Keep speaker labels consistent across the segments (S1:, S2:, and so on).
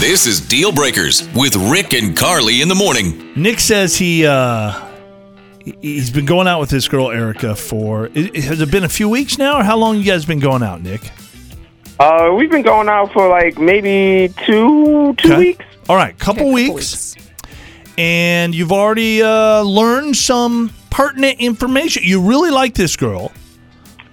S1: This is Deal Breakers with Rick and Carly in the morning.
S2: Nick says he uh he- he's been going out with this girl Erica for i- has it been a few weeks now or how long you guys been going out, Nick?
S3: Uh, we've been going out for like maybe two two
S2: Okay.
S3: weeks.
S2: All right, couple
S4: Okay, couple
S2: weeks. And you've already uh, learned some pertinent information. You really like this girl.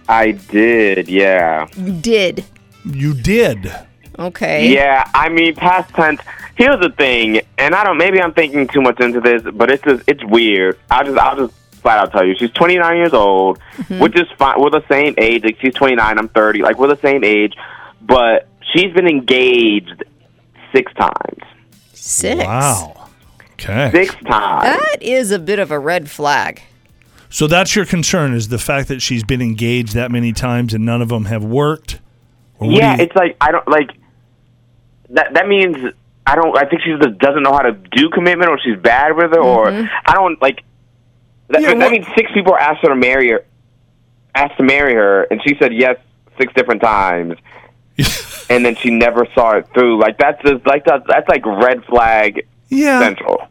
S3: I did, yeah,
S4: You did.
S2: You did.
S4: Okay.
S3: yeah. I mean, past tense. Here's the thing, and I don't. Maybe I'm thinking too much into this, but it's just it's weird. I just I'll just flat out tell you, she's 29 years old, which is fine. We're the same age. Like she's 29, I'm 30. Like we're the same age, but she's been engaged six times.
S4: Six.
S2: Wow. Okay.
S3: Six times.
S4: That is a bit of a red flag.
S2: So that's your concern is the fact that she's been engaged that many times and none of them have worked. Or what do
S3: Yeah,
S2: you-
S3: it's like I don't like that. That means I don't. I think she just doesn't know how to do commitment, or she's bad with it, or I don't like. That,
S2: Mm-hmm. Yeah,
S3: that
S2: what-
S3: means six people asked her to marry her, asked to marry her, and she said yes six different times, and then she never saw it through. Like that's just like that. That's like red flag
S2: yeah.
S3: central.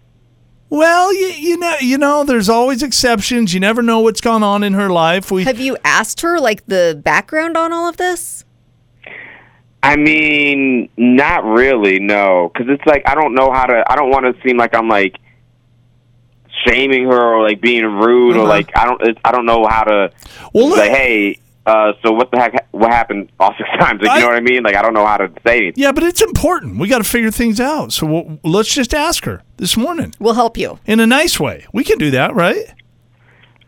S2: Well, you, you know, you know, there's always exceptions. You never know what's gone on in her life. We
S4: Have you asked her like the background on all of this?
S3: I mean, not really, no. 'Cause it's like I don't know how to. I don't want to seem like I'm like shaming her or like being rude or like I don't. It's, I don't know how to
S2: Uh-huh. well,
S3: say,
S2: look,
S3: hey. Uh, so what the heck? What happened all six times? Like,
S2: I-
S3: you know what I mean? Like I don't know how to say anything.
S2: yeah, but it's important. We got to figure things out. So we'll, let's just ask her this morning
S4: We'll help you.
S2: in a nice way. We can do that, right?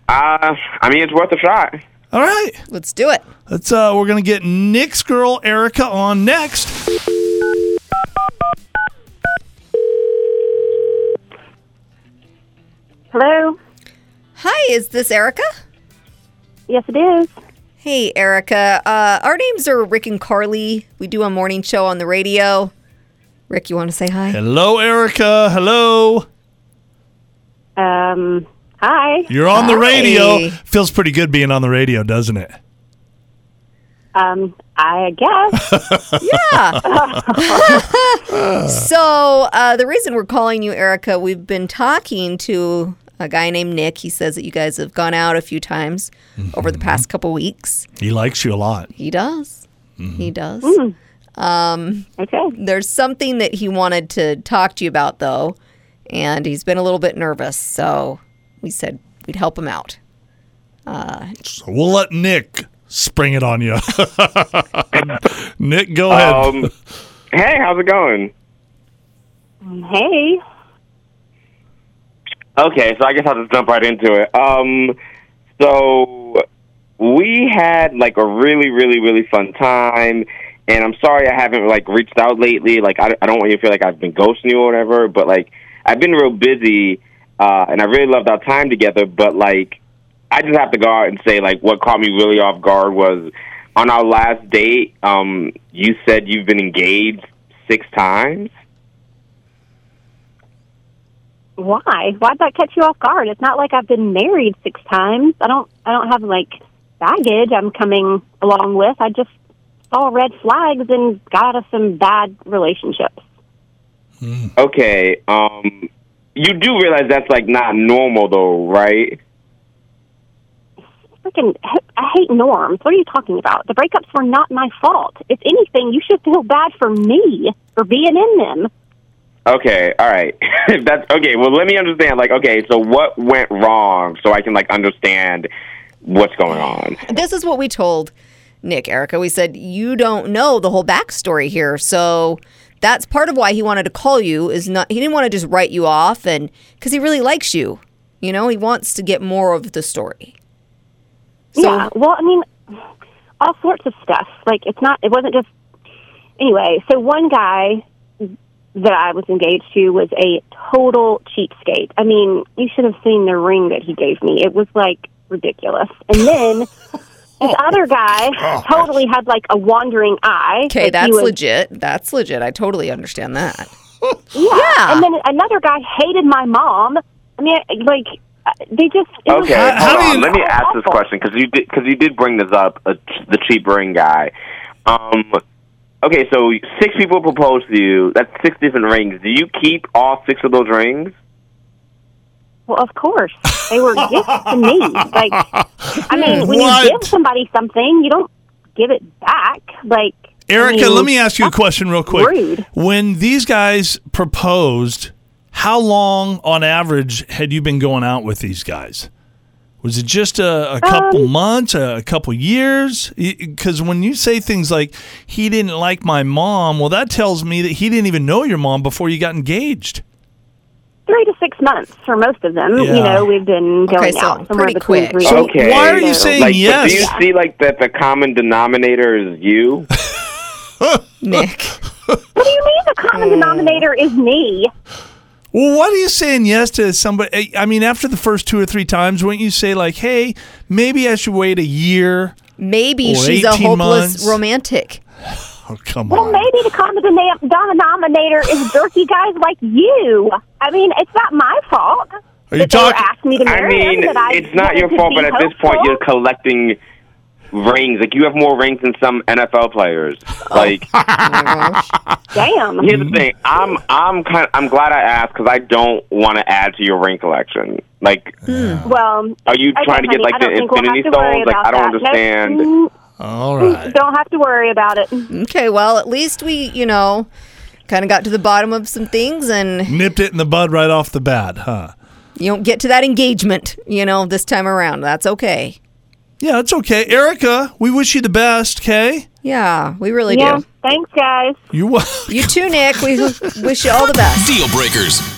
S3: Uh, I mean, it's worth a shot.
S2: All right.
S4: Let's do it.
S2: Let's. Uh, we're gonna get Nick's girl Erica on next.
S5: Hello.
S4: Hi, is this Erica?
S5: Yes, it is.
S4: Hey, Erica. Uh, our names are Rick and Carly. We do a morning show on the radio. Rick, you want to say hi?
S2: Hello, Erica. Hello.
S5: Um, hi.
S2: You're on the
S4: Hi.
S2: radio. Feels pretty good being on the radio, doesn't it?
S5: Um, I guess.
S4: Yeah. so uh, the reason we're calling you Erica, we've been talking to a guy named Nick. He says that you guys have gone out a few times over the past couple weeks.
S2: He likes you a lot.
S4: He does. He does.
S5: okay.
S4: There's something that he wanted to talk to you about though, and he's been a little bit nervous. So we said we'd help him out.
S2: So we'll let Nick spring it on you. Nick, go ahead.
S3: Um, hey, how's it going?
S5: Hey.
S3: Okay, so I guess I'll just jump right into it. Um, so we had like a really, really, really fun time, and I'm sorry I haven't like reached out lately. Like I, I don't want you to feel like I've been ghosting you or whatever, but like I've been real busy, uh, and I really loved our time together. But like, I just have to go out and say like what caught me really off guard was on our last date. Um, you said you've been engaged six times.
S5: Why? Why'd that catch you off guard? It's not like I've been married six times. I don't. I don't have like baggage. I'm coming along with. I just saw red flags and got out of some bad relationships.
S3: Okay. Um, you do realize that's like not normal, though, right?
S5: Freaking, I hate norms. What are you talking about? The breakups were not my fault. If anything, you should feel bad for me for being in them.
S3: Okay. All right. If that's okay. Well, let me understand. Like, okay, so what went wrong, so I can like understand what's going on.
S4: This is what we told Nick, Erica. We said, you don't know the whole backstory here. So that's part of why he wanted to call you is not, he didn't want to just write you off and because he really likes you. You know, he wants to get more of the story. So,
S5: yeah, well, I mean, all sorts of stuff. Like it's not. It wasn't just. Anyway, so one guy that I was engaged to was a total cheapskate. I mean, you should have seen the ring that he gave me. It was like ridiculous. And then this other guy totally had like a wandering eye.
S4: Oh, okay,
S5: Like, he
S4: that's
S5: was-
S4: legit. That's legit. I totally understand that.
S5: Yeah. And then another guy hated my mom. I mean, like uh, they just. It was
S3: Okay,
S2: How- how
S3: hold
S2: do
S3: on.
S2: you-
S3: Let me ask this question because you did because you did bring this up, uh, the cheap ring guy. Um, Okay, so six people propose to you. That's six different rings. Do you keep all six of those rings?
S5: Well, of course, they were gifts to me. Like, I mean, when you
S2: What?
S5: give somebody something, you don't give it back. Like, I
S2: Erica,
S5: mean,
S2: let me ask you a
S5: that's
S2: question real quick.
S5: Rude.
S2: When these guys proposed, how long on average had you been going out with these guys? Was it just a,
S5: Um,
S2: a couple months, a, a couple years? Because when you say things like, he didn't like my mom, well, that tells me that he didn't even know your mom before you got engaged.
S5: Three to six months for most of them.
S2: Yeah.
S5: You know, we've been going
S4: Okay, so
S5: out somewhere
S4: pretty
S5: between
S4: quick.
S5: three
S2: So
S5: and
S3: Okay.
S2: why are
S5: so-
S2: you saying
S3: Like, but do you
S2: Uh, yes?
S3: see like that the common denominator is you?
S4: Nick.
S5: What do you mean the
S2: Mm.
S5: common denominator is me?
S2: Well, what are you saying yes to somebody? eh, I mean, after the first two or three times, wouldn't you say like, "Hey, maybe I should wait a year"?
S4: Maybe
S2: Or
S4: she's a
S2: 18
S4: hopeless
S2: months.
S4: romantic.
S2: Oh, come
S5: Well,
S2: on.
S5: maybe the common dena- denominator is dirty guys like you. I mean, it's not my fault.
S2: Are you
S5: that they were
S2: talking-
S5: asked me to
S3: I
S5: marry
S3: mean,
S5: him, that I
S3: it's not
S5: wanted
S3: your
S5: to
S3: fault,
S5: be
S3: but at this point,
S5: hopeful.
S3: you're collecting rings. Like you have more rings than some NFL players.
S5: Oh,
S3: Like
S5: damn.
S3: here's the thing, I'm I'm kind of, I'm glad I asked because I don't want to add to your ring collection. Like,
S5: Well,
S3: are you
S5: Hmm. okay,
S3: trying to get
S5: honey, I
S3: like the
S5: don't think we'll
S3: Infinity
S5: have to worry
S3: Stones? Like,
S5: about
S3: I don't
S5: that. No,
S3: understand.
S5: mm,
S2: All right.
S5: don't have to worry about it.
S4: Okay, well, at least we, you know, kind of got to the bottom of some things and
S2: Nipped it in the bud right off the bat, huh?
S4: you don't get to that engagement, you know, this time around. That's okay.
S2: Yeah, it's okay. Erica, we wish you the best, okay?
S4: Yeah, we really
S5: Yeah.
S4: do.
S5: Thanks, guys.
S2: You wa-
S4: You too, Nick. We wish you all the best.
S1: Deal breakers.